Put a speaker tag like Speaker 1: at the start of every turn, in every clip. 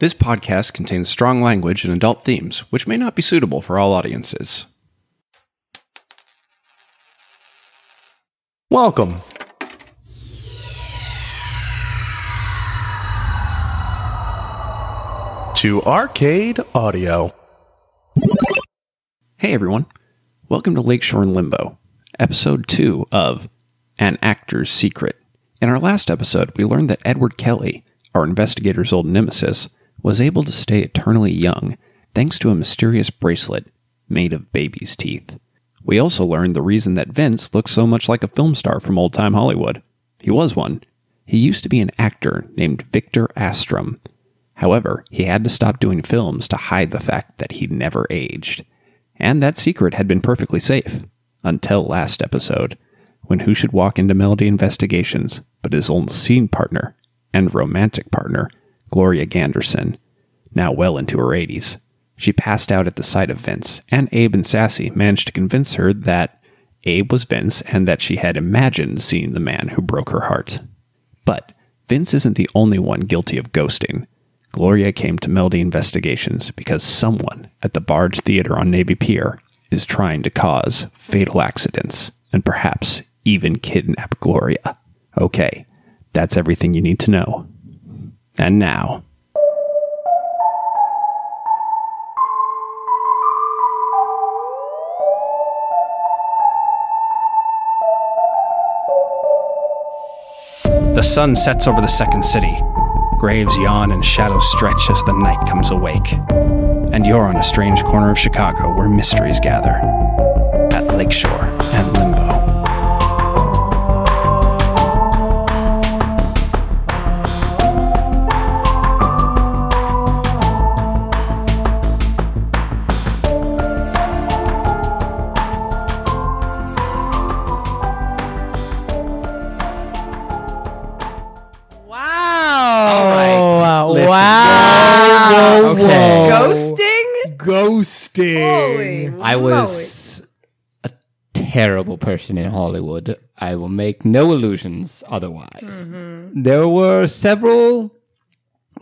Speaker 1: This podcast contains strong language and adult themes, which may not be suitable for all audiences.
Speaker 2: Welcome. To Arcade Audio.
Speaker 1: Hey everyone, welcome to Lakeshore in Limbo, episode 2 of An Actor's Secret. In our last episode, we learned that Edward Kelly, our investigator's old nemesis, was able to stay eternally young thanks to a mysterious bracelet made of baby's teeth. We also learned the reason that Vince looks so much like a film star from old time Hollywood. He was one. He used to be an actor named Victor Astrum. However, he had to stop doing films to hide the fact that he never aged. And that secret had been perfectly safe until last episode, when who should walk into Melody Investigations but his old scene partner and romantic partner, Gloria Ganderson, now well into her 80s. She passed out at the sight of Vince, and Abe and Sassy managed to convince her that Abe was Vince and that she had imagined seeing the man who broke her heart. But Vince isn't the only one guilty of ghosting. Gloria came to Melody Investigations because someone at the Barge Theater on Navy Pier is trying to cause fatal accidents and perhaps even kidnap Gloria. Okay, that's everything you need to know. And now, The sun sets over the second city. Graves yawn and shadows stretch as the night comes awake. And you're on a strange corner of Chicago where mysteries gather at Lakeshore and Limbo.
Speaker 3: Wow.
Speaker 4: Listen.
Speaker 3: Wow.
Speaker 4: Whoa, whoa, whoa. Okay.
Speaker 3: Ghosting?
Speaker 4: Ghosting.
Speaker 3: Holy
Speaker 4: I
Speaker 3: moly.
Speaker 4: was a terrible person in Hollywood. I will make no illusions otherwise.
Speaker 3: Mm-hmm.
Speaker 4: There were several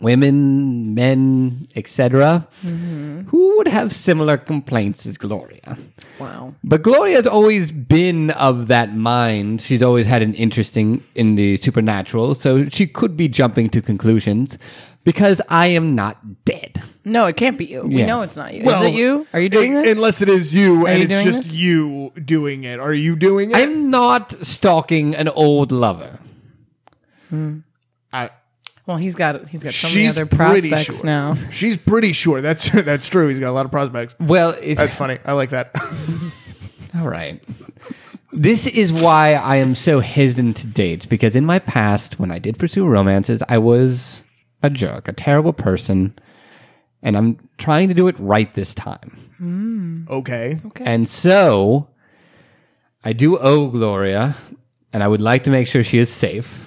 Speaker 4: women, men, etc.,
Speaker 3: Mm-hmm.
Speaker 4: who would have similar complaints as Gloria.
Speaker 3: Wow.
Speaker 4: But Gloria's always been of that mind. She's always had an interesting in the supernatural, so she could be jumping to conclusions because I am not dead.
Speaker 3: No, it can't be you. We
Speaker 4: Yeah.
Speaker 3: know it's not you. Is it you? Are you doing
Speaker 2: un-
Speaker 3: this?
Speaker 2: Unless it is you, and
Speaker 3: you
Speaker 2: it's
Speaker 3: doing
Speaker 2: just
Speaker 3: this?
Speaker 2: you doing it. Are you doing it?
Speaker 4: I'm not stalking an old lover.
Speaker 2: I-
Speaker 3: well, he's got he's got so many
Speaker 2: she's
Speaker 3: other
Speaker 2: pretty
Speaker 3: prospects
Speaker 2: sure.
Speaker 3: now.
Speaker 2: She's pretty sure that's that's true. He's got a lot of prospects.
Speaker 4: Well, it's
Speaker 2: That's funny. I like that.
Speaker 4: all right. This is why I am so hesitant to dates because in my past, when I did pursue romances, I was a jerk, a terrible person, and I'm trying to do it right this time.
Speaker 2: okay.
Speaker 4: And so I do owe Gloria, and I would like to make sure she is safe.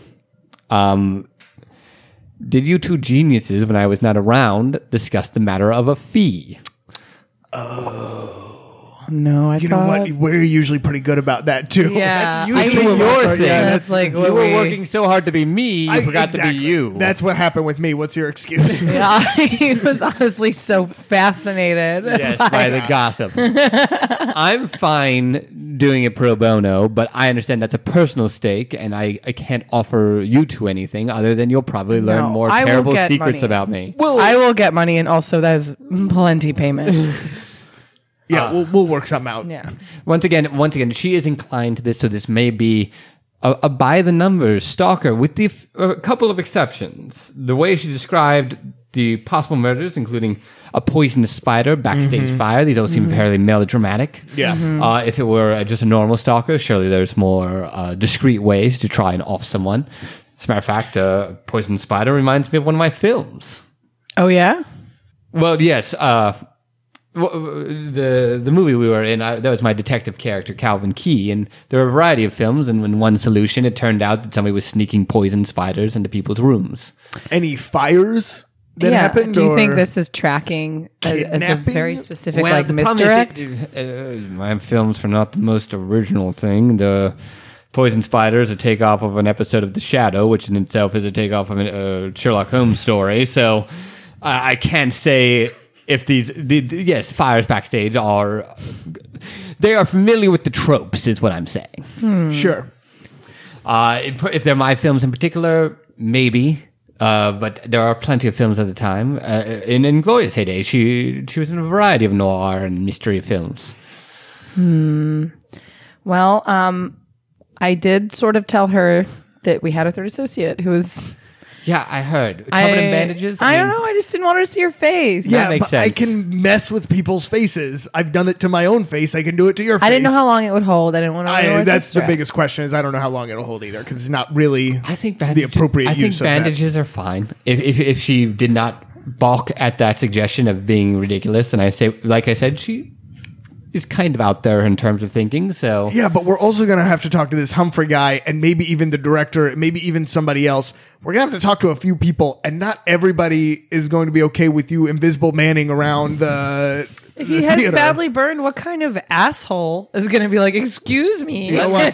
Speaker 4: Um, did you two geniuses, when I was not around, discuss the matter of a fee?
Speaker 3: No, I
Speaker 2: You know what? We're usually pretty good about that too.
Speaker 3: Uh, Yeah.
Speaker 2: That's usually
Speaker 3: I mean,
Speaker 2: what-
Speaker 4: your
Speaker 2: sorry,
Speaker 4: thing.
Speaker 2: Yeah,
Speaker 3: That's,
Speaker 2: that's,
Speaker 3: like what
Speaker 4: You were
Speaker 3: we-
Speaker 4: working so hard to be me, you
Speaker 2: I-
Speaker 4: forgot to
Speaker 2: exactly.
Speaker 4: be you.
Speaker 2: That's what happened with me. What's your excuse?
Speaker 3: I was honestly so fascinated.
Speaker 4: yes, by the gossip. I'm fine doing it pro bono, but I understand that's a personal stake, and I, I can't offer you two anything other than you'll probably learn
Speaker 3: No,
Speaker 4: more
Speaker 3: I will
Speaker 4: terrible
Speaker 3: get
Speaker 4: secrets
Speaker 3: money.
Speaker 4: about me.
Speaker 2: Well,
Speaker 3: I will get money, and also that is plenty payment.
Speaker 2: yeah, we'll, we'll work something out.
Speaker 3: yeah.
Speaker 4: Once again, once again, she is inclined to this, so this may be a, a by the numbers stalker, with the f- a couple of exceptions. The way she described the possible murders, including a poisonous spider, backstage
Speaker 3: Mm-hmm.
Speaker 4: fire, these all seem fairly melodramatic.
Speaker 2: Yeah.
Speaker 4: Uh, if it were uh, just a normal stalker, surely there's more uh, discreet ways to try and off someone. As a matter of fact, uh, poisonous spider reminds me of one of my films.
Speaker 3: Oh yeah.
Speaker 4: Well, yes. Uh, w- w- the the movie we were in I, that was my detective character Calvin Key, and there were a variety of films. And in one solution, it turned out that somebody was sneaking poison spiders into people's rooms.
Speaker 2: Any fires that
Speaker 3: yeah.
Speaker 2: happened?
Speaker 3: Do you
Speaker 2: or-
Speaker 3: think this is tracking a- as a
Speaker 2: Kidnapping?
Speaker 3: very specific like misdirect?
Speaker 4: Uh, my films were not the most original thing. The poison spider is a takeoff of an episode of The Shadow, which in itself is a takeoff of a uh, Sherlock Holmes story. So. Uh, I can't say if these. The, the- yes, fires backstage are. They are familiar with the tropes, is what I'm saying.
Speaker 2: Sure.
Speaker 4: Uh, if, if they're my films in particular, maybe. Uh, but there are plenty of films at the time. Uh, in Inglorious heyday, she she was in a variety of noir and mystery films.
Speaker 3: Well, um, I did sort of tell her that we had a third associate who was
Speaker 4: Yeah, I heard covered
Speaker 3: I,
Speaker 4: in bandages.
Speaker 3: I,
Speaker 4: mean,
Speaker 3: don't know. I just didn't want her to see her face.
Speaker 2: Yeah,
Speaker 4: makes
Speaker 2: but I
Speaker 4: sense.
Speaker 2: can mess with people's faces. I've done it to my own face. I can do it to your face.
Speaker 3: I didn't know how long it would hold. I didn't want to.
Speaker 2: I, that's the biggest question is I don't know how long it'll hold either because it's not really
Speaker 4: I think bandages,
Speaker 2: the appropriate
Speaker 4: I think
Speaker 2: use of that.
Speaker 4: bandages are fine. If, if if she did not balk at that suggestion of being ridiculous, and I say, like I said, she is kind of out there in terms of thinking. So
Speaker 2: Yeah, but we're also going to have to talk to this Humphrey guy and maybe even the director, maybe even somebody else. We're going to have to talk to a few people, and not everybody is going to be okay with you invisible manning around the.
Speaker 3: If he
Speaker 2: the
Speaker 3: has
Speaker 2: theater.
Speaker 3: badly burned, what kind of asshole is going to be like, excuse me?
Speaker 2: I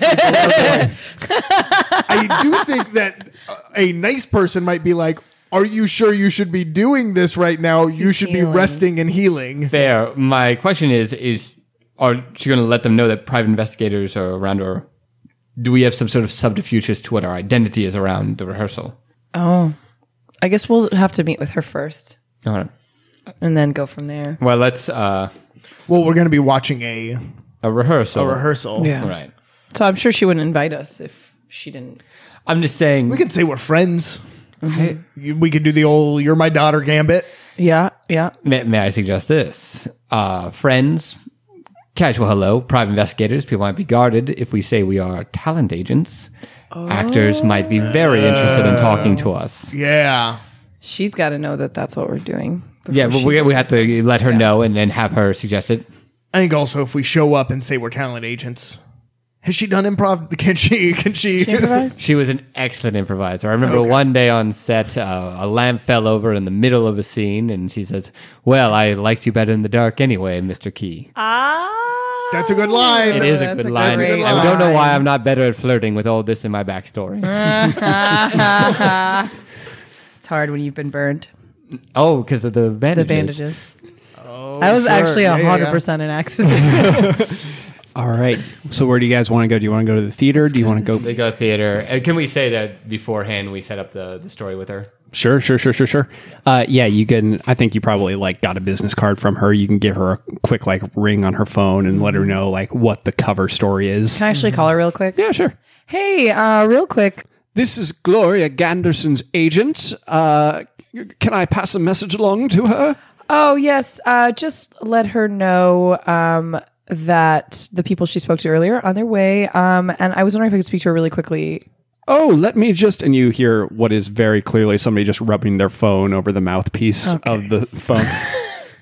Speaker 2: do think that uh, a nice person might be like, Are you sure you should be doing this right now? You should
Speaker 3: healing.
Speaker 2: be resting and healing.
Speaker 4: fair. My question is: is are she going to let them know that private investigators are around, or do we have some sort of subterfuge as to what our identity is around the rehearsal?
Speaker 3: oh, I guess we'll have to meet with her first
Speaker 4: All right.
Speaker 3: and then go from there.
Speaker 4: Well, let's uh,
Speaker 2: Well, we're going to be watching a,
Speaker 4: a rehearsal.
Speaker 2: a rehearsal.
Speaker 3: Yeah.
Speaker 4: All right.
Speaker 3: So I'm sure she wouldn't invite us if she didn't.
Speaker 4: I'm just saying.
Speaker 2: We could say we're friends.
Speaker 3: Mm-hmm.
Speaker 2: You- We could do the old "You're my daughter" gambit.
Speaker 3: Yeah, yeah.
Speaker 4: May, may I suggest this? Uh, friends, casual hello, private investigators, people might be guarded if we say we are talent agents. Actors might be very interested in talking to
Speaker 2: Oh.
Speaker 4: us.
Speaker 2: Yeah.
Speaker 3: She's got to know that that's what we're doing. before
Speaker 4: Yeah, but
Speaker 3: she-
Speaker 4: we, we have to let her know and then have her suggest it.
Speaker 2: I think also if we show up and say we're talent agents, has she done improv? Can she? Can she?
Speaker 3: improvise.
Speaker 4: She was an excellent improviser. I remember one day on set, uh, a lamp fell over in the middle of a scene, and she says, Well, I liked you better in the dark anyway, Mr. Key.
Speaker 3: Ah,
Speaker 2: That's a good line.
Speaker 4: It
Speaker 2: Oh,
Speaker 4: is a
Speaker 3: that's
Speaker 4: good
Speaker 3: a
Speaker 4: line.
Speaker 3: great
Speaker 4: I don't know
Speaker 3: line.
Speaker 4: why I'm not better at flirting with all this in my backstory.
Speaker 3: It's hard when you've been burned.
Speaker 4: Oh, because of the
Speaker 3: The
Speaker 4: bandages.
Speaker 3: bandages. Oh, I was
Speaker 2: sure.
Speaker 3: actually
Speaker 2: Yeah,
Speaker 3: a
Speaker 2: yeah, yeah.
Speaker 3: hundred percent an accident.
Speaker 1: All right. So where do you guys want to go? Do you want to go to the theater? Do you want to go?
Speaker 4: They go to theater. Uh, Can we say that beforehand we set up the, the story with her?
Speaker 1: Sure, sure, sure, sure, sure. Uh, yeah, you can. I think you probably like got a business card from her. You can give her a quick like ring on her phone and let her know like what the cover story is.
Speaker 3: Can I actually call her real quick?
Speaker 1: Yeah, sure.
Speaker 3: Hey, uh, real quick.
Speaker 1: This is Gloria Ganderson's agent. Uh, can I pass a message along to her?
Speaker 3: Oh yes, uh, just let her know um, that the people she spoke to earlier are on their way. Um, and I was wondering if I could speak to her really quickly.
Speaker 1: Oh, let me just. And you hear what is very clearly somebody just rubbing their phone over the mouthpiece of the phone.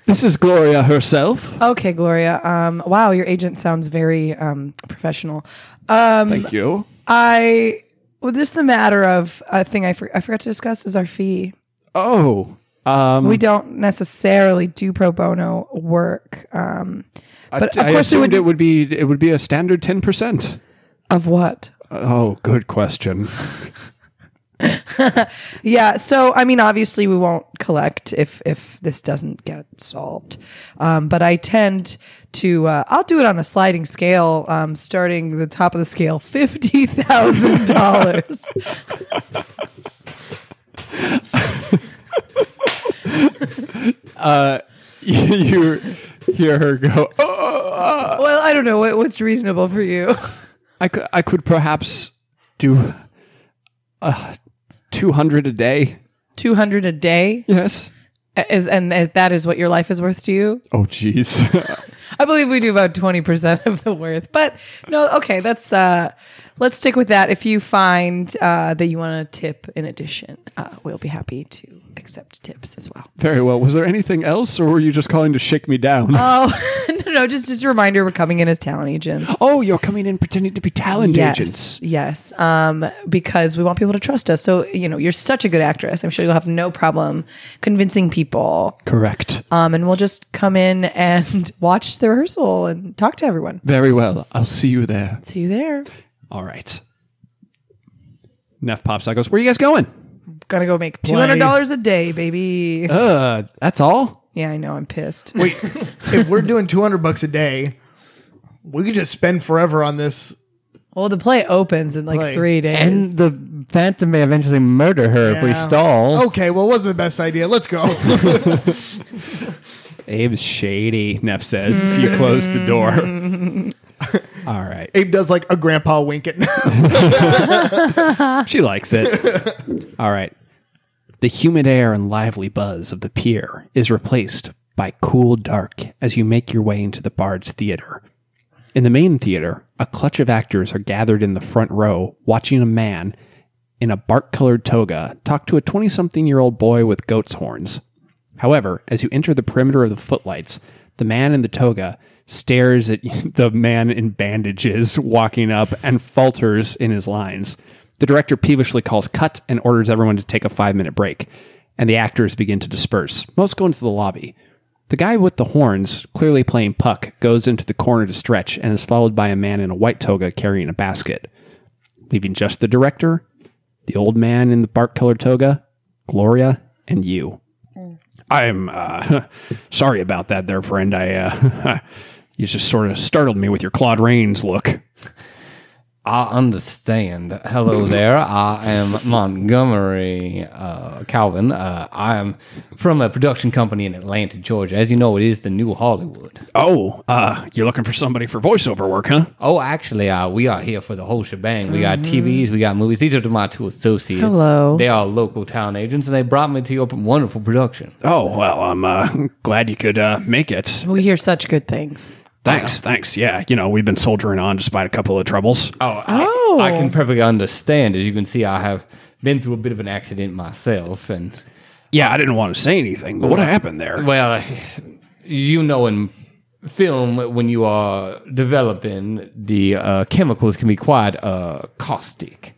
Speaker 1: this is Gloria herself.
Speaker 3: Okay, Gloria. Um, wow, your agent sounds very um, professional. Um,
Speaker 1: Thank you.
Speaker 3: I well, just the matter of a thing I, for, I forgot to discuss is our fee.
Speaker 1: Oh, um,
Speaker 3: We don't necessarily do pro bono work. Um, but of
Speaker 1: I
Speaker 3: course, it
Speaker 1: assumed
Speaker 3: would.
Speaker 1: it would be it would be a standard ten percent.
Speaker 3: of what?
Speaker 1: Oh, good question.
Speaker 3: Yeah. So, I mean, obviously, we won't collect if if this doesn't get solved. Um, but I tend to. Uh, I'll do it on a sliding scale, um, starting the top of the scale, fifty thousand dollars.
Speaker 1: you hear her go. Oh,
Speaker 3: well, I don't know what, what's reasonable for you.
Speaker 1: I could I could perhaps do uh, two hundred a day.
Speaker 3: Two hundred a day
Speaker 1: Yes.
Speaker 3: is, and is, that is what your life is worth to you.
Speaker 1: Oh, jeez.
Speaker 3: I believe we do about 20% of the worth. But no, okay, that's uh let's stick with that. If you find uh that you want to tip in addition, uh we'll be happy to accept tips as well.
Speaker 1: Very well. Was there anything else, or were you just calling to shake me down?
Speaker 3: Oh, no, no, just just a reminder we're coming in as talent agents.
Speaker 1: oh, you're coming in pretending to be talent
Speaker 3: yes,
Speaker 1: agents.
Speaker 3: yes. Um, because we want people to trust us. So you know, you're such a good actress. I'm sure you'll have no problem convincing people.
Speaker 1: Correct.
Speaker 3: Um, and we'll just come in and watch the rehearsal and talk to everyone.
Speaker 1: Very well. I'll see you there.
Speaker 3: See you there.
Speaker 1: All right. Neff pops out. Goes. Where are you guys going?
Speaker 3: Gonna go make two hundred dollars a day, baby.
Speaker 4: Uh, that's all.
Speaker 3: Yeah, I know. I'm pissed.
Speaker 2: Wait, if we're doing 200 bucks a day, we could just spend forever on this.
Speaker 3: Well, the play opens in like
Speaker 2: Play.
Speaker 3: three days.
Speaker 4: And the Phantom may eventually murder her if we
Speaker 2: Yeah.
Speaker 1: Oh.
Speaker 4: stall.
Speaker 2: Okay, well, it wasn't the best idea. Let's go.
Speaker 1: Abe's shady, Neff says as you close the door. All right.
Speaker 2: Abe does like a grandpa wink at
Speaker 1: She likes it. All right. The humid air and lively buzz of the pier is replaced by cool dark as you make your way into the Bard's Theater. In the main theater, a clutch of actors are gathered in the front row watching a man in a bark colored toga talk to a 20 something year old boy with goat's horns. However, as you enter the perimeter of the footlights, the man in the toga stares at the man in bandages walking up and falters in his lines. The director peevishly calls cut and orders everyone to take a five minute break, and the actors begin to disperse. Most go into the lobby. The guy with the horns, clearly playing puck, goes into the corner to stretch and is followed by a man in a white toga carrying a basket. Leaving just the director, the old man in the bark colored toga, Gloria, and you. I'm uh, sorry about that, there, friend. I uh, you just sort of startled me with your Claude Rains look.
Speaker 4: I understand. Hello there. I am Montgomery uh, Calvin. Uh, I am from a production company in Atlanta, Georgia. As you know, it is the new Hollywood.
Speaker 1: Oh, uh, you're looking for somebody for voiceover work, huh?
Speaker 4: Oh, actually, uh, we are here for the whole shebang. We got TVs, we got movies. These are my two associates.
Speaker 3: Mm-hmm. Hello.
Speaker 4: They are local town agents, and they brought me to your wonderful production.
Speaker 1: Oh well, I'm uh, glad you could uh, make it.
Speaker 3: we hear such good things.
Speaker 1: Thanks, thanks. Yeah, you know we've been soldiering on despite a couple of troubles.
Speaker 4: Oh, I,
Speaker 3: Oh.
Speaker 4: I can perfectly understand. As you can see, I have been through a bit of an accident myself, and
Speaker 1: Yeah, I didn't want to say anything, but what happened there?
Speaker 4: well, you know, in film, when you are developing, the uh, chemicals can be quite uh, caustic.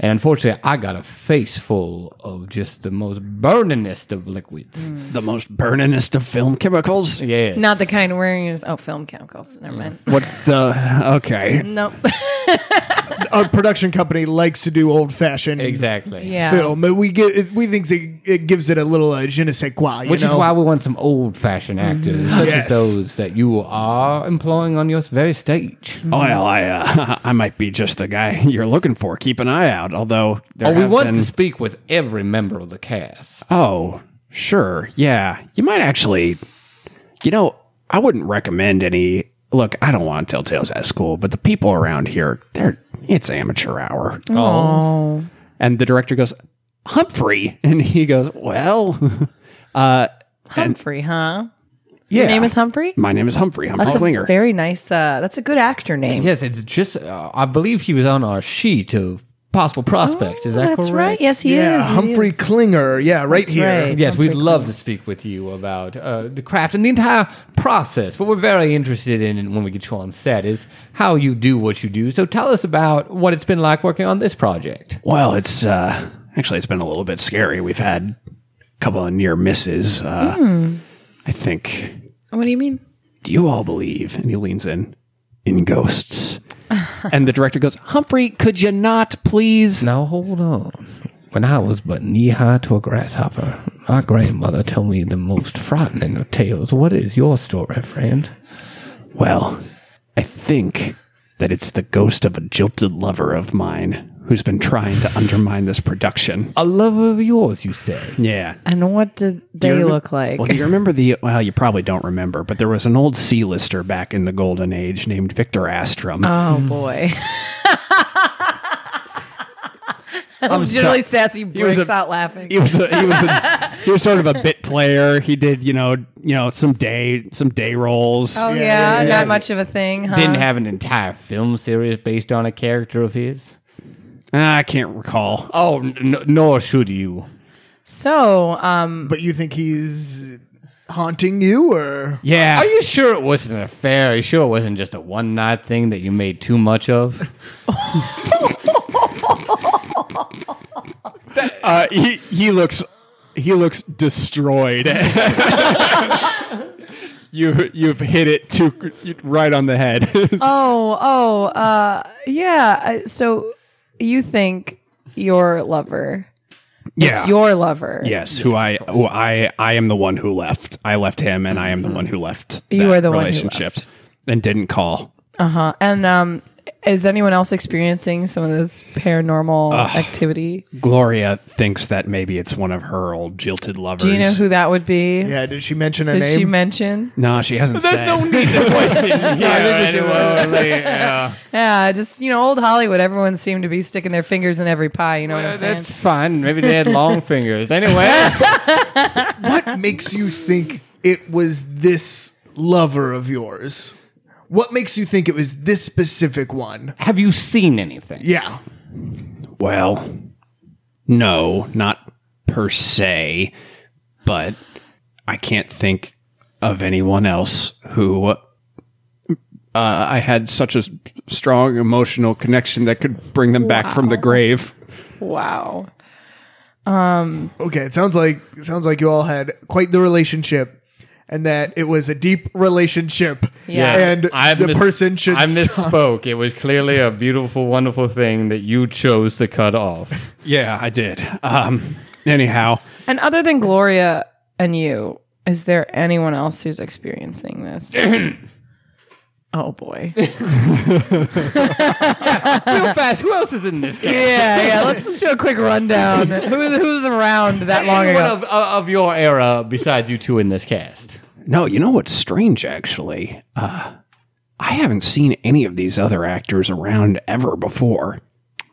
Speaker 4: And unfortunately, I got a face full of just the most burningest of liquids.
Speaker 3: Mm.
Speaker 1: The most burningest of film chemicals.
Speaker 4: Yes.
Speaker 3: Not the kind of wearing is- oh film chemicals. Never mind.
Speaker 1: What the? Okay.
Speaker 3: No.
Speaker 2: a production company likes to do old fashioned
Speaker 4: Exactly.
Speaker 3: yeah.
Speaker 2: film. But we get it, we think it, it gives it a little uh, je ne sais quoi. You
Speaker 4: Which
Speaker 2: know?
Speaker 4: is why we want some old fashioned actors,
Speaker 3: Mm-hmm.
Speaker 4: such
Speaker 2: Yes.
Speaker 4: as those that you are employing on your very stage.
Speaker 1: Well, I uh, I might be just the guy you're looking for. Keep an eye out. Although there
Speaker 4: Oh, we
Speaker 1: have
Speaker 4: want
Speaker 1: been-
Speaker 4: to speak with every member of the cast.
Speaker 1: Oh, sure. Yeah. You might actually, you know, I wouldn't recommend any. Look, I don't want to tell tales at school, but the people around here, they're, it's amateur hour.
Speaker 3: Oh.
Speaker 1: And the director goes, Humphrey. And he goes, Well, uh,
Speaker 3: Humphrey, huh?
Speaker 1: yeah.
Speaker 3: Your name is Humphrey.
Speaker 1: My name is Humphrey. Humphrey
Speaker 3: That's a
Speaker 1: Klinger.
Speaker 3: very nice. Uh, that's a good actor name.
Speaker 4: Yes, it's just, uh, I believe he was on our sheet of possible prospects. Is that
Speaker 3: Oh, that's
Speaker 4: correct?
Speaker 3: right. Yes, he
Speaker 2: yeah,
Speaker 3: is. He
Speaker 2: Humphrey
Speaker 3: is.
Speaker 2: Klinger. Yeah, right
Speaker 3: That's
Speaker 2: here.
Speaker 3: right.
Speaker 4: Yes, we'd
Speaker 3: Humphrey
Speaker 4: love to speak with you about uh, the craft and the entire process. What we're very interested in when we get you on set is how you do what you do. So tell us about what it's been like working on this project.
Speaker 1: Well, it's uh, actually it's been a little bit scary. We've had a couple of near misses. Uh,
Speaker 3: Hmm.
Speaker 1: I think.
Speaker 3: What do you mean?
Speaker 1: Do you all believe? And he leans in in ghosts. and the director goes, Humphrey, could you not please?
Speaker 4: Now hold on. When I was but knee high to a grasshopper, my grandmother told me the most frightening of tales. What is your story, friend?
Speaker 1: Well, I think that it's the ghost of a jilted lover of mine who's been trying to undermine this production.
Speaker 4: A lover of yours, you say.
Speaker 1: Yeah.
Speaker 3: And what did they look like?
Speaker 1: Well, do you remember the? Well, you probably don't remember, but there was an old C-lister back in the golden age named Victor Astrum.
Speaker 3: oh boy.
Speaker 4: I'm
Speaker 3: Generally, Sassy
Speaker 1: was
Speaker 3: breaks
Speaker 1: a-
Speaker 3: out laughing.
Speaker 1: he was a, he was a, he was sort of a bit player. He did you know you know some day some day roles.
Speaker 3: oh yeah,
Speaker 2: yeah, yeah.
Speaker 3: not much of a thing. Huh?
Speaker 2: Uh-huh.
Speaker 4: Didn't have an entire film series based on a character of his.
Speaker 1: Ah, I can't recall.
Speaker 4: Oh, n- n- nor should you.
Speaker 3: So, um,
Speaker 2: But you think he's haunting you, or
Speaker 1: Yeah,
Speaker 4: Are you sure it wasn't an affair? Are you sure it wasn't just a one night thing that you made too much of?
Speaker 1: uh, he he looks he looks destroyed. you you've hit it too right on the head.
Speaker 3: oh, oh, uh, yeah. I- So you think your lover It's your lover.
Speaker 1: Yes, who I who I I am the one who left. I left him, and I am the one who left.
Speaker 3: You
Speaker 1: that
Speaker 3: are the one who
Speaker 1: relationship and didn't call.
Speaker 3: Uh-huh. And um, is anyone else experiencing some of this paranormal activity?
Speaker 1: Gloria thinks that maybe it's one of her old jilted lovers.
Speaker 3: Do you know who that would be?
Speaker 2: Yeah, did she mention a
Speaker 3: Did
Speaker 2: name?
Speaker 3: she mention?
Speaker 1: No, she hasn't said.
Speaker 4: need to question.
Speaker 3: Yeah, just you know, old Hollywood. Everyone seemed to be sticking their fingers in every pie. You know what I'm saying?
Speaker 4: That's fun. Maybe they had long fingers. Anyway,
Speaker 2: what makes you think it was this lover of yours? What makes you think it was this specific one?
Speaker 4: have you seen anything?
Speaker 2: Yeah.
Speaker 1: Well, no, not per se, but I can't think of anyone else who uh, I had such a s- strong emotional connection that could bring them back from the grave.
Speaker 3: wow.
Speaker 2: Okay, it sounds like it sounds like you all had quite the relationship and that it was a deep relationship.
Speaker 3: Yeah.
Speaker 2: And the
Speaker 4: mis-
Speaker 2: person should
Speaker 4: I
Speaker 2: stop.
Speaker 4: misspoke. It was clearly a beautiful, wonderful thing that you chose to cut off.
Speaker 1: Yeah, I did. Um, anyhow,
Speaker 3: And other than Gloria and you, is there anyone else who's experiencing this? oh boy. yeah,
Speaker 4: Real fast. Who else is in this game?
Speaker 3: yeah. Let's just do a quick rundown. Who, who's around that long
Speaker 4: Anyone
Speaker 3: ago?
Speaker 4: of, of of your era besides you two in this cast.
Speaker 1: no, you know what's strange actually? Uh, I haven't seen any of these other actors around ever before.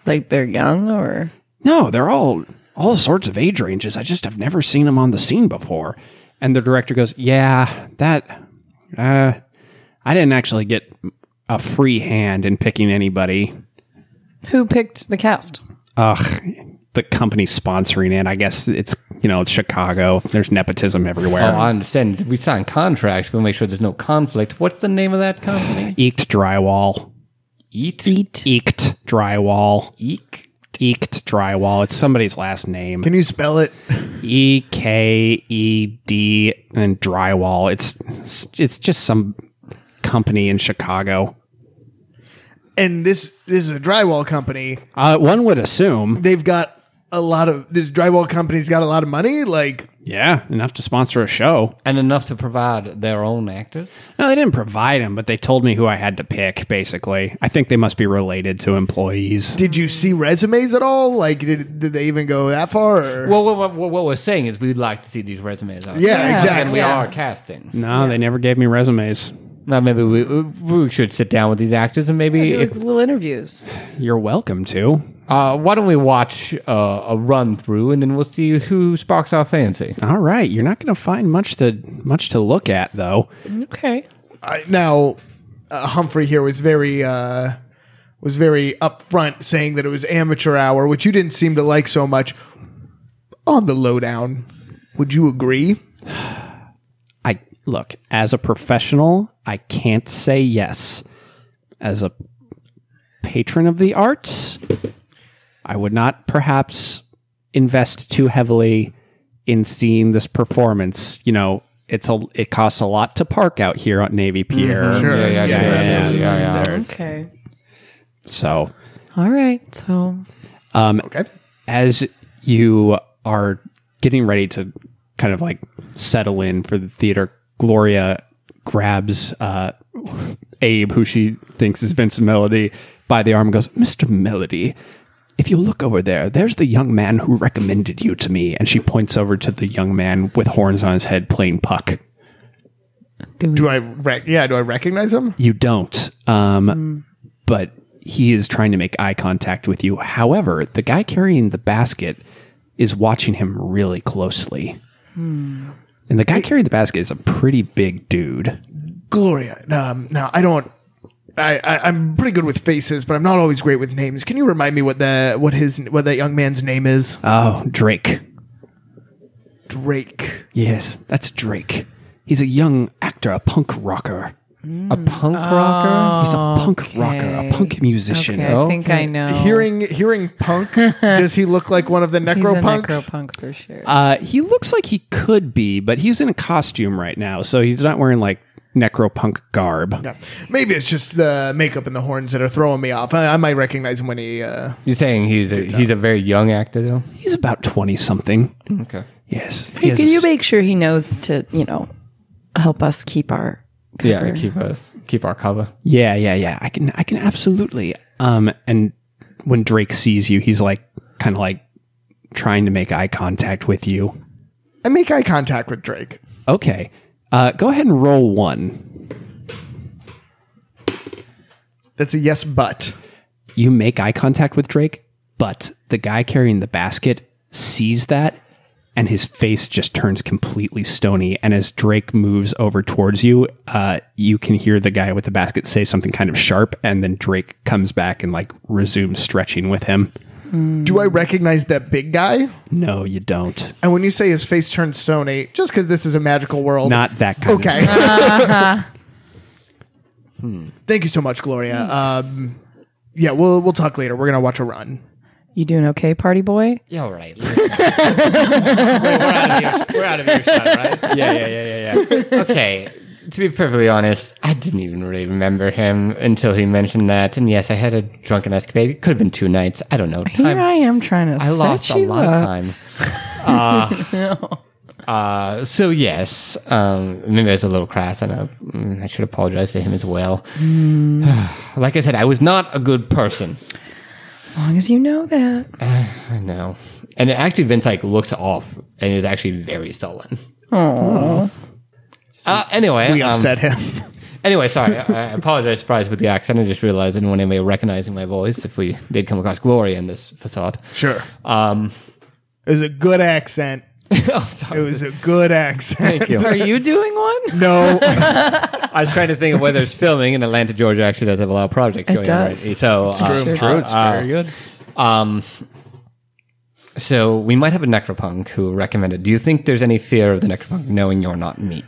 Speaker 3: Like they're young, or
Speaker 1: No, they're all all sorts of age ranges. I just have never seen them on the scene before. And the director goes, "Yeah, that uh I didn't actually get a free hand in picking anybody.
Speaker 3: who picked the cast?
Speaker 1: Ugh, the company sponsoring it. I guess it's, you know, it's Chicago. There's nepotism
Speaker 4: Oh,
Speaker 1: everywhere.
Speaker 4: I understand. We sign contracts. We'll make sure there's no conflict. What's the name of that company?
Speaker 1: Eked drywall.
Speaker 4: Eat.
Speaker 3: Eat.
Speaker 1: Eked drywall.
Speaker 4: Eek.
Speaker 1: Eked drywall. It's somebody's last name.
Speaker 2: Can you spell it?
Speaker 1: E K E D and drywall. It's it's just some company in Chicago.
Speaker 2: And this this is a drywall company.
Speaker 1: Uh, one would assume,
Speaker 2: They've got a lot of this drywall company's got a lot of money. Like
Speaker 1: yeah, enough to sponsor a show.
Speaker 4: And enough to provide their own actors.
Speaker 1: No, they didn't provide him, but they told me who I had to pick. Basically, I think they must be related to employees.
Speaker 2: did you see resumes at all? Like did did they even go that far? Or?
Speaker 4: Well, what, what, what we're saying is we'd like to see these resumes. out.
Speaker 2: yeah,
Speaker 3: Yeah.
Speaker 4: And we
Speaker 2: exactly.
Speaker 3: Yeah.
Speaker 4: are casting.
Speaker 1: No, they never gave me resumes.
Speaker 4: Now, maybe we, we should sit down with these actors and maybe
Speaker 3: Do
Speaker 4: if,
Speaker 3: like little interviews.
Speaker 1: You're welcome to.
Speaker 4: uh, why don't we watch uh, a run through and then we'll see who sparks our fancy.
Speaker 1: All right, you're not going to find much to much to look at though.
Speaker 3: Okay.
Speaker 2: I, now uh, Humphrey here was very uh, was very upfront saying that it was amateur hour, which you didn't seem to like so much. On the lowdown, would you agree?
Speaker 1: I look as a professional, I can't say yes. As a patron of the arts, I would not perhaps invest too heavily in seeing this performance. You know, it's a it costs a lot to park out here at Navy Pier.
Speaker 4: Yeah, yeah, yeah, absolutely. yeah, yeah.
Speaker 3: Okay.
Speaker 1: So,
Speaker 3: All right. So
Speaker 2: Okay.
Speaker 1: as you are getting ready to kind of like settle in for the theater, Gloria grabs uh, Abe, who she thinks is Vincent Melody, by the arm and goes, Mr. Melody, if you look over there, there's the young man who recommended you to me. And she points over to the young man with horns on his head playing puck.
Speaker 2: Do I rec- yeah? Do I recognize him?
Speaker 1: You don't. Um, But he is trying to make eye contact with you. However, the guy carrying the basket is watching him really closely. And the guy carrying the basket is a pretty big dude.
Speaker 2: Gloria. Um, now I don't. I, I I'm pretty good with faces, but I'm not always great with names. Can you remind me what the what his what that young man's name is?
Speaker 1: Oh, Drake.
Speaker 2: Drake.
Speaker 1: Yes, that's Drake. He's a young actor, a punk rocker.
Speaker 4: A punk rocker?
Speaker 1: He's a punk rocker, a punk musician.
Speaker 3: okay, I think I know.
Speaker 2: Hearing hearing punk. does he look like one of the
Speaker 3: He's a
Speaker 2: necropunks?
Speaker 3: necropunk for sure.
Speaker 1: Uh, he looks like he could be, but he's in a costume right now, so he's not wearing like necropunk garb.
Speaker 2: Yeah. Maybe it's just the makeup and the horns that are throwing me off. I, I might recognize him when he. Uh,
Speaker 4: You're saying he's a, he's a very young actor, though.
Speaker 1: He's about 20 something.
Speaker 4: Okay.
Speaker 1: Yes. He
Speaker 5: Hey,
Speaker 1: has
Speaker 5: can
Speaker 1: a
Speaker 5: you
Speaker 1: s-
Speaker 5: make sure he knows to, you know, help us keep our cover?
Speaker 4: Yeah, keep us keep our cover.
Speaker 1: yeah, yeah, yeah. I can I can absolutely um and when Drake sees you, he's like kind of like trying to make eye contact with you.
Speaker 2: I make eye contact with Drake.
Speaker 1: Okay. Uh go ahead and roll 1.
Speaker 2: That's a yes, but.
Speaker 1: You make eye contact with Drake, but the guy carrying the basket sees that and his face just turns completely stony and as Drake moves over towards you, uh you can hear the guy with the basket say something kind of sharp and then Drake comes back and like resumes stretching with him.
Speaker 2: Do I recognize that big guy?
Speaker 1: No, you don't.
Speaker 2: And when you say his face turns stony, just because this is a magical world.
Speaker 1: Not that kind of
Speaker 2: Okay. Hmm.
Speaker 1: stuff.
Speaker 2: Thank you so much, Gloria. Um, yeah, we'll we'll talk later. We're gonna watch a run.
Speaker 5: You doing okay, party boy?
Speaker 4: Yeah, all right. we're out of your shot, right? Yeah, yeah, yeah, yeah, yeah. Okay. To be perfectly honest, I didn't even really remember him until he mentioned that. And yes, I had a drunken escapade. It could have been two nights. I don't know.
Speaker 5: Here
Speaker 4: Time-
Speaker 5: I am trying to
Speaker 4: I
Speaker 5: set
Speaker 4: lost a
Speaker 5: you
Speaker 4: lot of
Speaker 5: up.
Speaker 4: time. Uh, uh, so yes, um, maybe I was a little crass, and I, mm, I should apologize to him as well. like I said, I was not a good person.
Speaker 5: As long as you know that.
Speaker 4: I know, and actually, Vince like looks off and is actually very sullen. Oh. Uh, anyway,
Speaker 2: We
Speaker 4: um,
Speaker 2: upset him.
Speaker 4: Anyway, sorry. I I apologize, surprised with the accent. I just realized I didn't want anybody recognizing my voice if we did come across Gloria in this facade.
Speaker 2: sure.
Speaker 4: Um,
Speaker 2: It was a good accent.
Speaker 4: oh,
Speaker 2: It
Speaker 4: sorry.
Speaker 2: was a good accent.
Speaker 4: Thank you.
Speaker 5: Are you doing one?
Speaker 2: No.
Speaker 4: I was trying to think of whether it's filming, and Atlanta, Georgia actually does have a lot of projects
Speaker 5: It
Speaker 4: going on right
Speaker 5: does.
Speaker 4: now. So it's true.
Speaker 5: It's true.
Speaker 4: It's very good. Um, so we might have a necropunk who recommended. Do you think there's any fear of the necropunk knowing you're not me?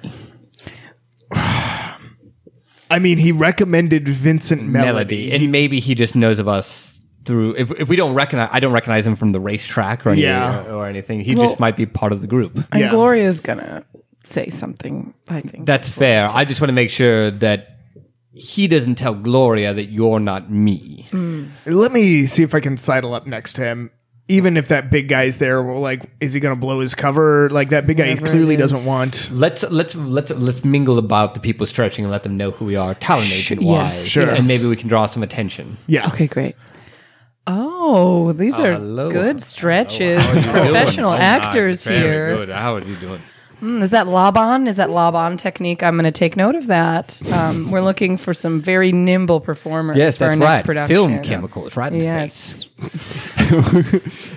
Speaker 2: I mean, he recommended Vincent Melody.
Speaker 4: and maybe he just knows of us through. If, if we don't recognize, I don't recognize him from the racetrack or, any,
Speaker 2: Yeah.
Speaker 4: or, anything. He
Speaker 5: Well-
Speaker 4: just might be part of the group.
Speaker 5: And
Speaker 2: Yeah.
Speaker 5: Gloria's gonna say something, I think.
Speaker 4: That's fair. I just want to make sure that he doesn't tell Gloria that you're not me.
Speaker 5: Mm.
Speaker 2: Let me see if I can sidle up next to him. Even if that big guy's there, we're like, is he gonna blow his cover? Like that big guy
Speaker 5: Whatever
Speaker 2: clearly
Speaker 5: it is.
Speaker 2: doesn't want.
Speaker 4: Let's let's let's let's mingle about the people stretching and let them know who we are, talent agent wise,
Speaker 5: yes,
Speaker 2: Sure.
Speaker 4: and maybe we can draw some attention.
Speaker 2: Yeah.
Speaker 5: Okay, great. Oh, these are
Speaker 4: Hello.
Speaker 5: good stretches. Professional
Speaker 4: Oh,
Speaker 5: actors here.
Speaker 4: How are you doing?
Speaker 5: Mm, Is that Laban? Is that Laban technique? I'm going to take note of that. Um, we're looking for some very nimble performers
Speaker 4: Yes,
Speaker 5: for our
Speaker 4: that's
Speaker 5: next
Speaker 4: right.
Speaker 5: production.
Speaker 4: Film chemicals, right? In
Speaker 5: Yes.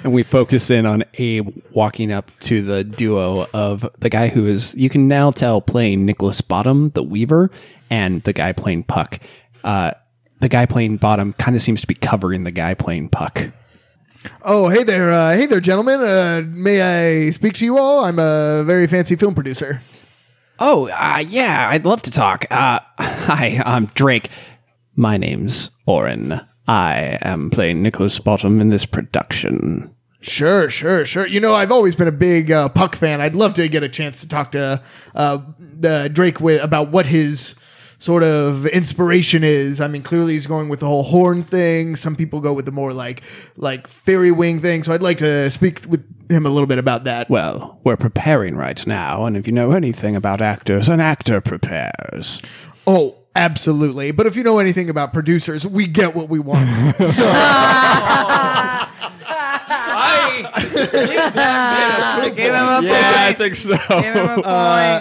Speaker 1: and we focus in on Abe walking up to the duo of the guy who is you can now tell playing Nicholas Bottom, the Weaver, and the guy playing Puck. Uh, the guy playing Bottom kind of seems to be covering the guy playing Puck.
Speaker 2: Oh, hey there, uh, hey there, gentlemen. Uh, may I speak to you all? I'm a very fancy film producer.
Speaker 1: Oh, uh, yeah, I'd love to talk. Uh, hi, I'm Drake. My name's Oren. I am playing Nicholas Bottom in this production.
Speaker 2: Sure, sure, sure. You know, I've always been a big uh, Puck fan. I'd love to get a chance to talk to uh, uh, Drake with, about what his sort of inspiration is. I mean, clearly he's going with the whole horn thing. Some people go with the more like like fairy wing thing. So I'd like to speak with him a little bit about that.
Speaker 1: Well, we're preparing right now, and if you know anything about actors, an actor prepares.
Speaker 2: Oh, absolutely. But if you know anything about producers, we get what we want.
Speaker 5: Give him a
Speaker 1: I think so. Uh,
Speaker 5: Give him a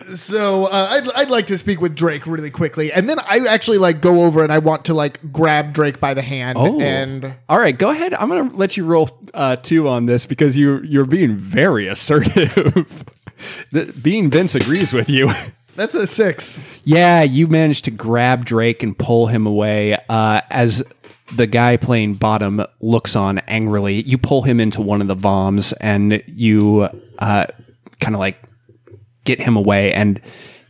Speaker 5: point.
Speaker 2: so uh, I'd, I'd like to speak with Drake really quickly, and then I actually like go over and I want to like grab Drake by the hand
Speaker 1: Oh.
Speaker 2: and.
Speaker 1: all right, go ahead. I'm gonna let you roll uh, two on this because you you're being very assertive. The- being Vince agrees with you.
Speaker 2: That's a six.
Speaker 1: Yeah, you managed to grab Drake and pull him away uh, as the guy playing bottom looks on angrily. You pull him into one of the bombs and you uh, kind of like get him away. And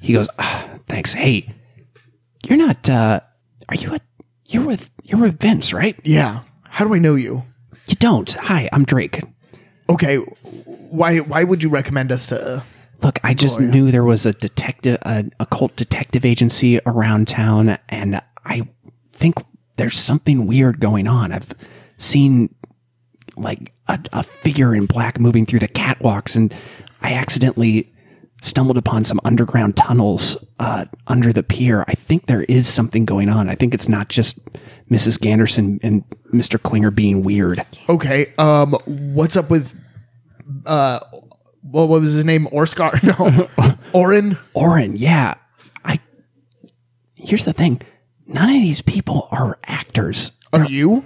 Speaker 1: he goes, ah, "Thanks. Hey, you're not. Uh, are you? A, you're with. You're with Vince, right?
Speaker 2: Yeah. How do I know you?
Speaker 1: You don't. Hi, I'm Drake.
Speaker 2: Okay. Why why would you recommend us to
Speaker 1: Look, I just knew there was a detective, an occult detective agency around town, and I think there's something weird going on. I've seen like a, a figure in black moving through the catwalks, and I accidentally stumbled upon some underground tunnels uh, under the pier. I think there is something going on. I think it's not just Mrs. Ganderson and Mr. Klinger being weird.
Speaker 2: Okay. Um, what's up with uh, what, what was his name? Orskar? No, Orin.
Speaker 1: Oren, yeah. I here's the thing. None of these people are actors.
Speaker 2: Are you?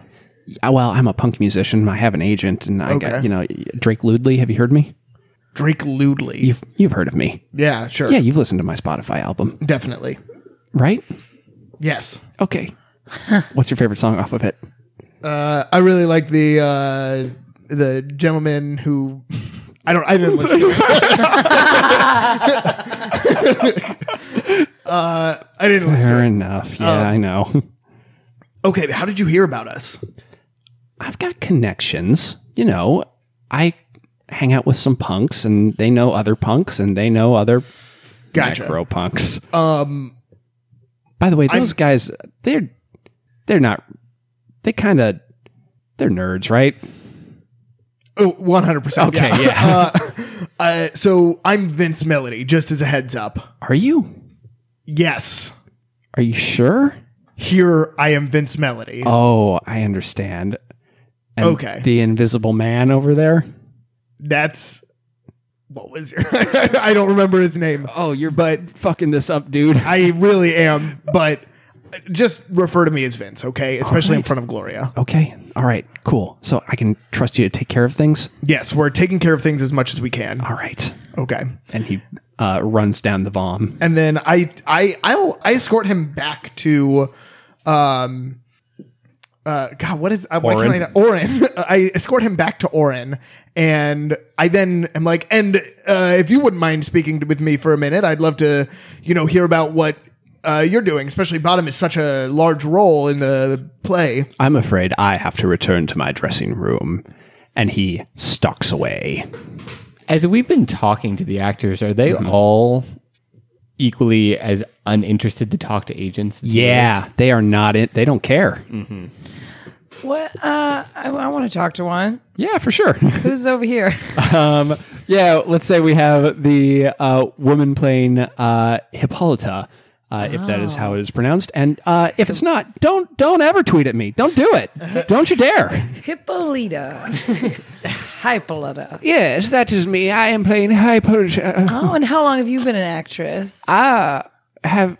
Speaker 1: Uh, Well, I'm a punk musician. I have an agent, and I
Speaker 2: Okay.
Speaker 1: got you know Drake Ludley. Have you heard me?
Speaker 2: Drake Ludley.
Speaker 1: You've you've heard of me?
Speaker 2: yeah, sure.
Speaker 1: Yeah, you've listened to my Spotify album,
Speaker 2: Definitely.
Speaker 1: right?
Speaker 2: Yes.
Speaker 1: Okay. What's your favorite song off of it?
Speaker 2: Uh, I really like the uh, the gentleman who I don't I didn't listen to it. uh, I didn't listen to
Speaker 1: Fair
Speaker 2: it.
Speaker 1: enough. Yeah,
Speaker 2: Oh.
Speaker 1: I know.
Speaker 2: Okay, how did you hear about us?
Speaker 1: I've got connections. You know, I hang out with some punks, and they know other punks, and they know other
Speaker 2: Gotcha.
Speaker 1: necro punks.
Speaker 2: Um
Speaker 1: By the way, those guys they're they're not they kind of they're nerds, right?
Speaker 2: oh, 100%.
Speaker 1: Okay, yeah.
Speaker 2: yeah. Uh, so I'm Vince Melody just as a heads up.
Speaker 1: Are you?
Speaker 2: Yes.
Speaker 1: Are you sure?
Speaker 2: Here I am Vince Melody.
Speaker 1: Oh, I understand. And
Speaker 2: Okay.
Speaker 1: The invisible man over there?
Speaker 2: That's what was your I don't remember his name.
Speaker 1: Oh, you're but fucking this up, dude.
Speaker 2: I really am, but just refer to me as Vince, okay? Especially in front of Gloria.
Speaker 1: okay. All right. Cool. So I can trust you to take care of things?
Speaker 2: Yes, we're taking care of things as much as we can.
Speaker 1: All right.
Speaker 2: Okay.
Speaker 1: And he uh, runs down the vom.
Speaker 2: And then I I I'll I escort him back to um uh God, what is uh, why can't I
Speaker 1: Orin.
Speaker 2: not- Orin. I escort him back to Orin and I then am like, and uh if you wouldn't mind speaking with me for a minute, I'd love to, you know, hear about what uh, you're doing, especially Bottom is such a large role in the play.
Speaker 1: I'm afraid I have to return to my dressing room. And he stalks away.
Speaker 4: As we've been talking to the actors, are they all equally as uninterested to talk to agents? as you
Speaker 1: Yeah, they are not in. They don't care.
Speaker 3: What? Uh, I, I want to talk to one.
Speaker 1: Yeah, for sure.
Speaker 3: Who's over here?
Speaker 1: um, yeah, let's say we have the uh, woman playing uh, Hippolyta, uh, if that is how it is pronounced. And uh, if it's not, don't don't ever tweet at me. Don't do it. Don't you dare.
Speaker 3: Hippolyta. Hippolyta.
Speaker 1: Yes, that is me. I am playing Hippolyta.
Speaker 3: Oh, and how long have you been an actress?
Speaker 1: I have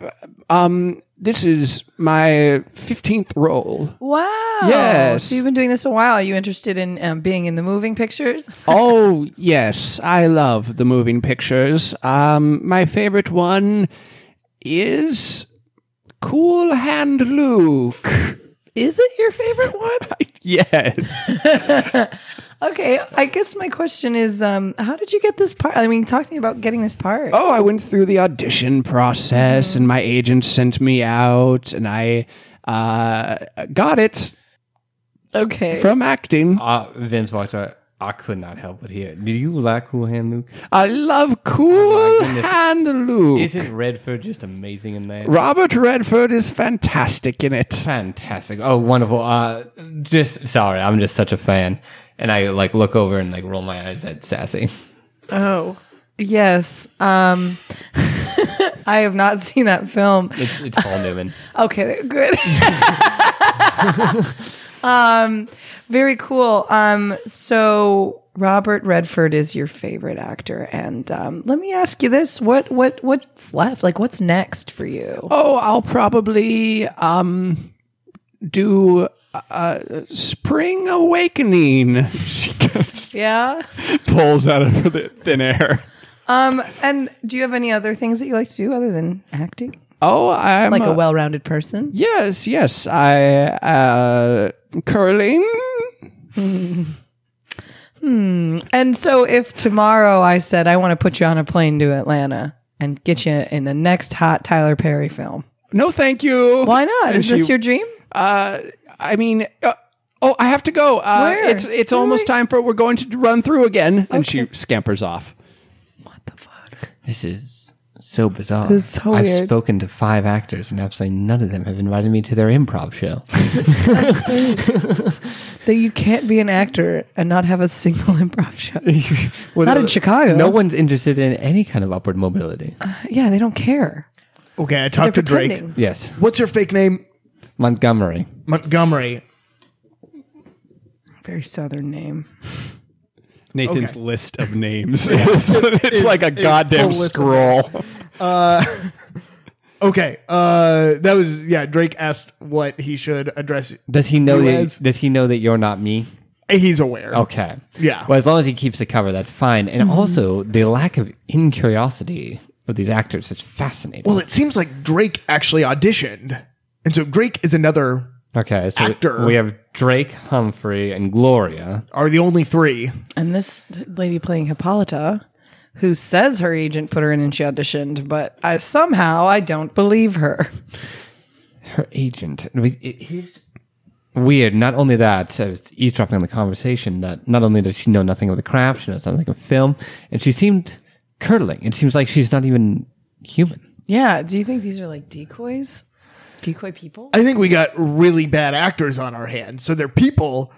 Speaker 1: um. This is my fifteenth role.
Speaker 3: wow.
Speaker 1: Yes.
Speaker 3: So you've been doing this a while. Are you interested in um, being in the moving pictures?
Speaker 1: oh yes, I love the moving pictures. Um, my favorite one is Cool Hand Luke.
Speaker 3: Is it your favorite one?
Speaker 1: yes.
Speaker 3: Okay, I guess my question is, um, how did you get this part? I mean, talk to me about getting this part.
Speaker 1: Oh, I went through the audition process, and my agent sent me out, and I uh, got it
Speaker 3: Okay,
Speaker 1: from acting.
Speaker 4: Uh, Vince walks out. I could not help but hear. Do you like Cool Hand Luke?
Speaker 1: I love Cool
Speaker 4: goodness.
Speaker 1: Hand Luke.
Speaker 4: Isn't Redford just amazing in that?
Speaker 1: Robert Redford is fantastic in it.
Speaker 4: Fantastic! Oh, wonderful! Uh, just sorry, I'm just such a fan, and I like look over and like roll my eyes at Sassy.
Speaker 3: Oh, yes. Um, I have not seen that film.
Speaker 4: It's it's Paul Newman.
Speaker 3: Okay, good. um, very cool. Um, so Robert Redford is your favorite actor, and um, let me ask you this: what what what's left? Like, what's next for you?
Speaker 1: Oh, I'll probably um do uh spring awakening. She goes,
Speaker 3: Yeah.
Speaker 1: pulls out of the thin air.
Speaker 3: Um, and do you have any other things that you like to do other than acting?
Speaker 1: Oh, I'm
Speaker 3: Like a
Speaker 1: uh,
Speaker 3: well-rounded person.
Speaker 1: Yes, yes. I uh curling.
Speaker 3: And so, if tomorrow I said I want to put you on a plane to Atlanta and get you in the next hot Tyler Perry film,
Speaker 1: No, thank you.
Speaker 3: why not? Is
Speaker 1: She-
Speaker 3: this your dream?
Speaker 1: Uh, I mean, uh, oh, I have to go. Uh,
Speaker 3: Where?
Speaker 1: It's it's almost time for we're going to run through again, and she scampers off.
Speaker 3: What the fuck?
Speaker 4: This is so bizarre.
Speaker 5: This is so
Speaker 4: I've
Speaker 5: weird.
Speaker 4: spoken to five actors, and absolutely none of them have invited me to their improv show.
Speaker 5: that you can't be an actor and not have a single improv show.
Speaker 4: Well,
Speaker 5: Not in
Speaker 4: no-
Speaker 5: Chicago.
Speaker 4: No one's interested in any kind of upward mobility.
Speaker 2: Uh.
Speaker 5: Yeah, they don't care.
Speaker 2: Okay, I talked to
Speaker 5: They're
Speaker 2: Drake.
Speaker 5: pretending.
Speaker 4: Yes,
Speaker 2: What's her fake name?
Speaker 4: Montgomery.
Speaker 2: Montgomery.
Speaker 5: Very southern name.
Speaker 1: Nathan's
Speaker 2: Okay.
Speaker 1: list of names. it's like a goddamn
Speaker 2: full list of
Speaker 1: scroll.
Speaker 2: Okay, uh, that was yeah. Drake asked what he should address.
Speaker 4: Does he know
Speaker 2: You as-
Speaker 4: that? Does he know that you're not me?
Speaker 2: He's aware.
Speaker 4: Okay.
Speaker 2: Yeah. Mm-hmm.
Speaker 4: Well, as long as he keeps the cover, that's fine. And also, the lack of incuriosity of these actors is fascinating.
Speaker 2: Well, it seems like Drake actually auditioned, and so Drake is another
Speaker 4: okay. So
Speaker 2: actor.
Speaker 4: We have Drake, Humphrey, and Gloria.
Speaker 2: are the only three.
Speaker 5: And this lady playing Hippolyta, who says her agent put her in and she auditioned, but I, somehow I don't believe her.
Speaker 2: Oh.
Speaker 4: Her agent. It was- it- He's weird. Not only that, I was eavesdropping on the conversation that not only does she know nothing of the craft, she knows nothing of film, and she seemed curdling. It seems like she's not even human.
Speaker 5: Yeah. Do you think these are like decoys? Decoy people?
Speaker 4: Uh,
Speaker 2: I think we got really bad actors on our hands. So they're people,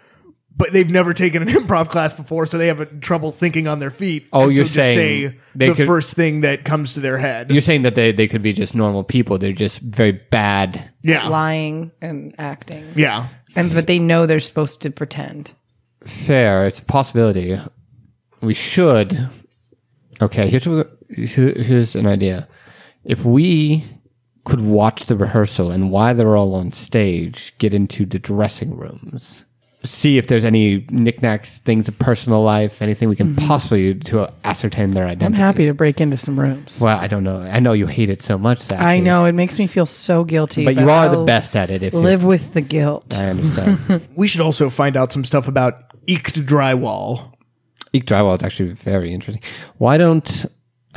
Speaker 2: but they've never taken an improv class before, so they have uh, trouble thinking on their feet.
Speaker 4: Oh,
Speaker 2: And so
Speaker 4: you're
Speaker 2: just
Speaker 4: saying
Speaker 2: say
Speaker 4: they
Speaker 2: the
Speaker 4: could-
Speaker 2: first thing that comes to their head.
Speaker 4: You're saying that they, they could be just normal people. They're just very bad.
Speaker 2: yeah,
Speaker 5: Lying and acting.
Speaker 2: yeah.
Speaker 5: And but they know they're supposed to pretend.
Speaker 4: Fair. It's a possibility. We should. Okay, here's what, here- here's an idea. If we could watch the rehearsal and why they're all on stage, get into the dressing rooms, see if there's any knickknacks, things of personal life, anything we can possibly do to ascertain their
Speaker 5: Mm-hmm. I'm
Speaker 4: identity.
Speaker 5: happy to break into some rooms.
Speaker 4: Well, I don't know. I know you hate it so much that
Speaker 5: I know it makes me feel so guilty.
Speaker 4: but you are the
Speaker 5: I'll
Speaker 4: best at it. If you-
Speaker 5: Live with the guilt.
Speaker 4: I understand.
Speaker 2: We should also find out some stuff about eked drywall.
Speaker 4: Eek drywall is actually very interesting. Why don't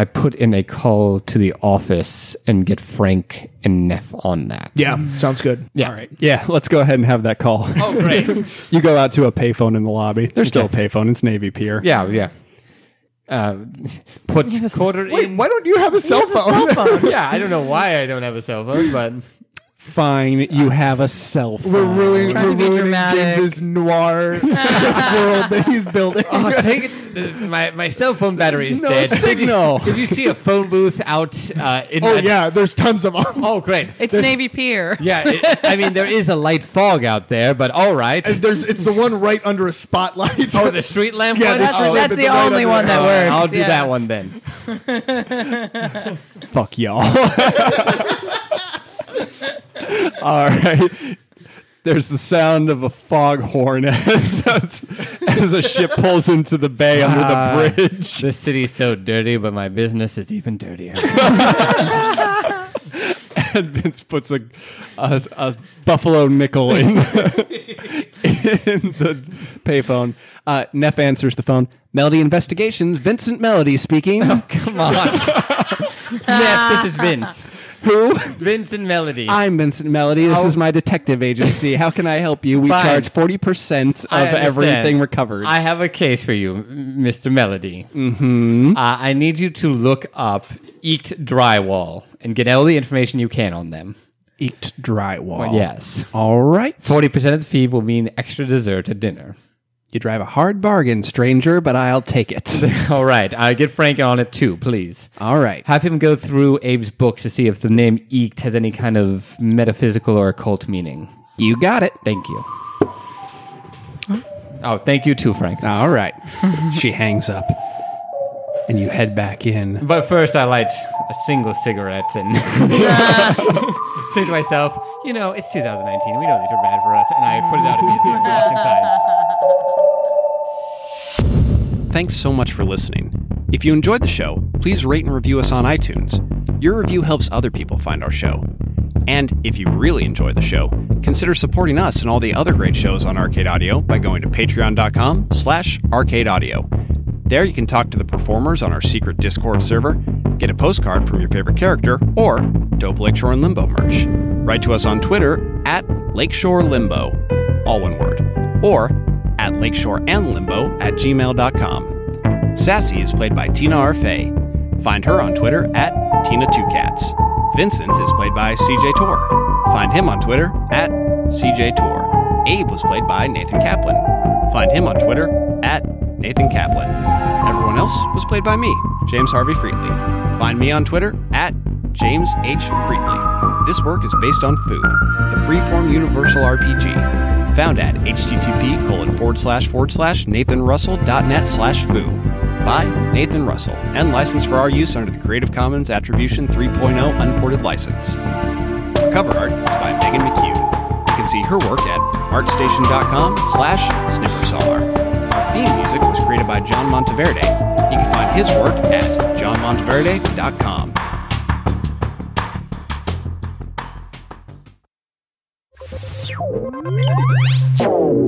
Speaker 4: I put in a call to the office and get Frank and Neff on that?
Speaker 2: Yeah, sounds good.
Speaker 4: Yeah.
Speaker 1: Yeah, let's go ahead and have that call. Oh, great. you go out to a payphone in the lobby. There's still a payphone. It's Navy Pier.
Speaker 4: Yeah. Yeah. Uh, put
Speaker 5: have a
Speaker 4: quarter
Speaker 2: Wait,
Speaker 4: in.
Speaker 2: why don't you have a cell
Speaker 5: He has a
Speaker 2: phone?
Speaker 5: cell phone.
Speaker 4: Yeah, I don't know why I don't have a cell phone, but
Speaker 1: Fine, you have a cell phone.
Speaker 2: We're ruining,
Speaker 5: Trying
Speaker 2: we're
Speaker 5: to be
Speaker 2: ruining
Speaker 5: dramatic.
Speaker 2: James's noir world that he's building.
Speaker 1: Oh,
Speaker 4: take it, my my cell phone battery is
Speaker 1: no
Speaker 4: dead.
Speaker 1: signal.
Speaker 4: Did you see a phone booth out uh, in?
Speaker 2: oh
Speaker 4: a-
Speaker 2: yeah, there's tons of them.
Speaker 4: Oh great.
Speaker 5: It's Navy Pier.
Speaker 4: Yeah, it, I mean there is a light fog out there, but all right.
Speaker 2: There's it's the one right under a spotlight.
Speaker 4: Oh, the street lamp.
Speaker 2: Yeah,
Speaker 4: one?
Speaker 2: the
Speaker 5: That's,
Speaker 2: street
Speaker 4: Oh,
Speaker 2: lamp
Speaker 5: that's
Speaker 2: is
Speaker 5: the
Speaker 2: right
Speaker 5: only
Speaker 2: under
Speaker 5: one that
Speaker 4: all right,
Speaker 5: works.
Speaker 4: I'll do
Speaker 5: yeah.
Speaker 4: that one then.
Speaker 1: Fuck y'all. All right. There's the sound of a foghorn as, as, as a ship pulls into the bay
Speaker 4: Ah.
Speaker 1: under the bridge.
Speaker 4: This city's so dirty, but my business is even dirtier.
Speaker 1: And Vince puts a, a, a buffalo nickel in the, in the payphone. Uh, Neff answers the phone. Melody Investigations, Vincent Melody speaking.
Speaker 4: Come on. yes, this is Vince.
Speaker 1: Who?
Speaker 4: Vince and Melody.
Speaker 1: I'm Vincent Melody. This
Speaker 4: How-
Speaker 1: is my detective agency. How can I help you? We
Speaker 4: Oh. Fine.
Speaker 1: charge 40% of
Speaker 4: I understand.
Speaker 1: everything recovered.
Speaker 4: I have a case for you, Mr. Melody. Mm-hmm. Uh, I need you to look up Eat Drywall and get all the information you can on them.
Speaker 1: eat drywall.
Speaker 4: Yes.
Speaker 1: All right.
Speaker 4: 40% of the fee will mean extra dessert at dinner.
Speaker 1: You drive a hard bargain, stranger, but I'll take it.
Speaker 4: All right. Uh, get Frank on it too, please.
Speaker 1: All right.
Speaker 4: Have him go through Abe's books to see if the name Eat has any kind of metaphysical or occult meaning.
Speaker 1: You got it.
Speaker 4: Thank you. Oh, thank you too, Frank.
Speaker 1: All right. she hangs up. And you head back in.
Speaker 4: But first, I light a single cigarette and think to myself, you know, it's 2019. We know these are bad for us. And I put it out immediately and walk inside.
Speaker 1: Thanks so much for listening. If you enjoyed the show, please rate and review us on iTunes. Your review helps other people find our show. And if you really enjoy the show, consider supporting us and all the other great shows on Arcade Audio by going to patreon.com slash arcadeaudio. There you can talk to the performers on our secret Discord server, get a postcard from your favorite character, or dope Lakeshore and Limbo merch. Write to us on Twitter at Lakeshore Limbo, all one word, or at Lakeshore and Limbo at gmail.com. Sassy is played by Tina Arfay. Find her on Twitter at Tina2Cats. Vincent is played by CJ Tor. Find him on Twitter at CJ Tor. Abe was played by Nathan Kaplan. Find him on Twitter at Nathan Kaplan. Everyone else was played by me, James Harvey Freetley. Find me on Twitter at James H. Freetley. This work is based on Foo, the freeform universal RPG, found at http colon forward slash forward slash nathanrussell.net slash foo by Nathan Russell and licensed for our use under the Creative Commons Attribution 3.0 Unported License. Our cover art is by Megan McHugh. You can see her work at artstation.com slash snippersalar. Our theme music was created by John Monteverde. You can find his work at johnmonteverde.com.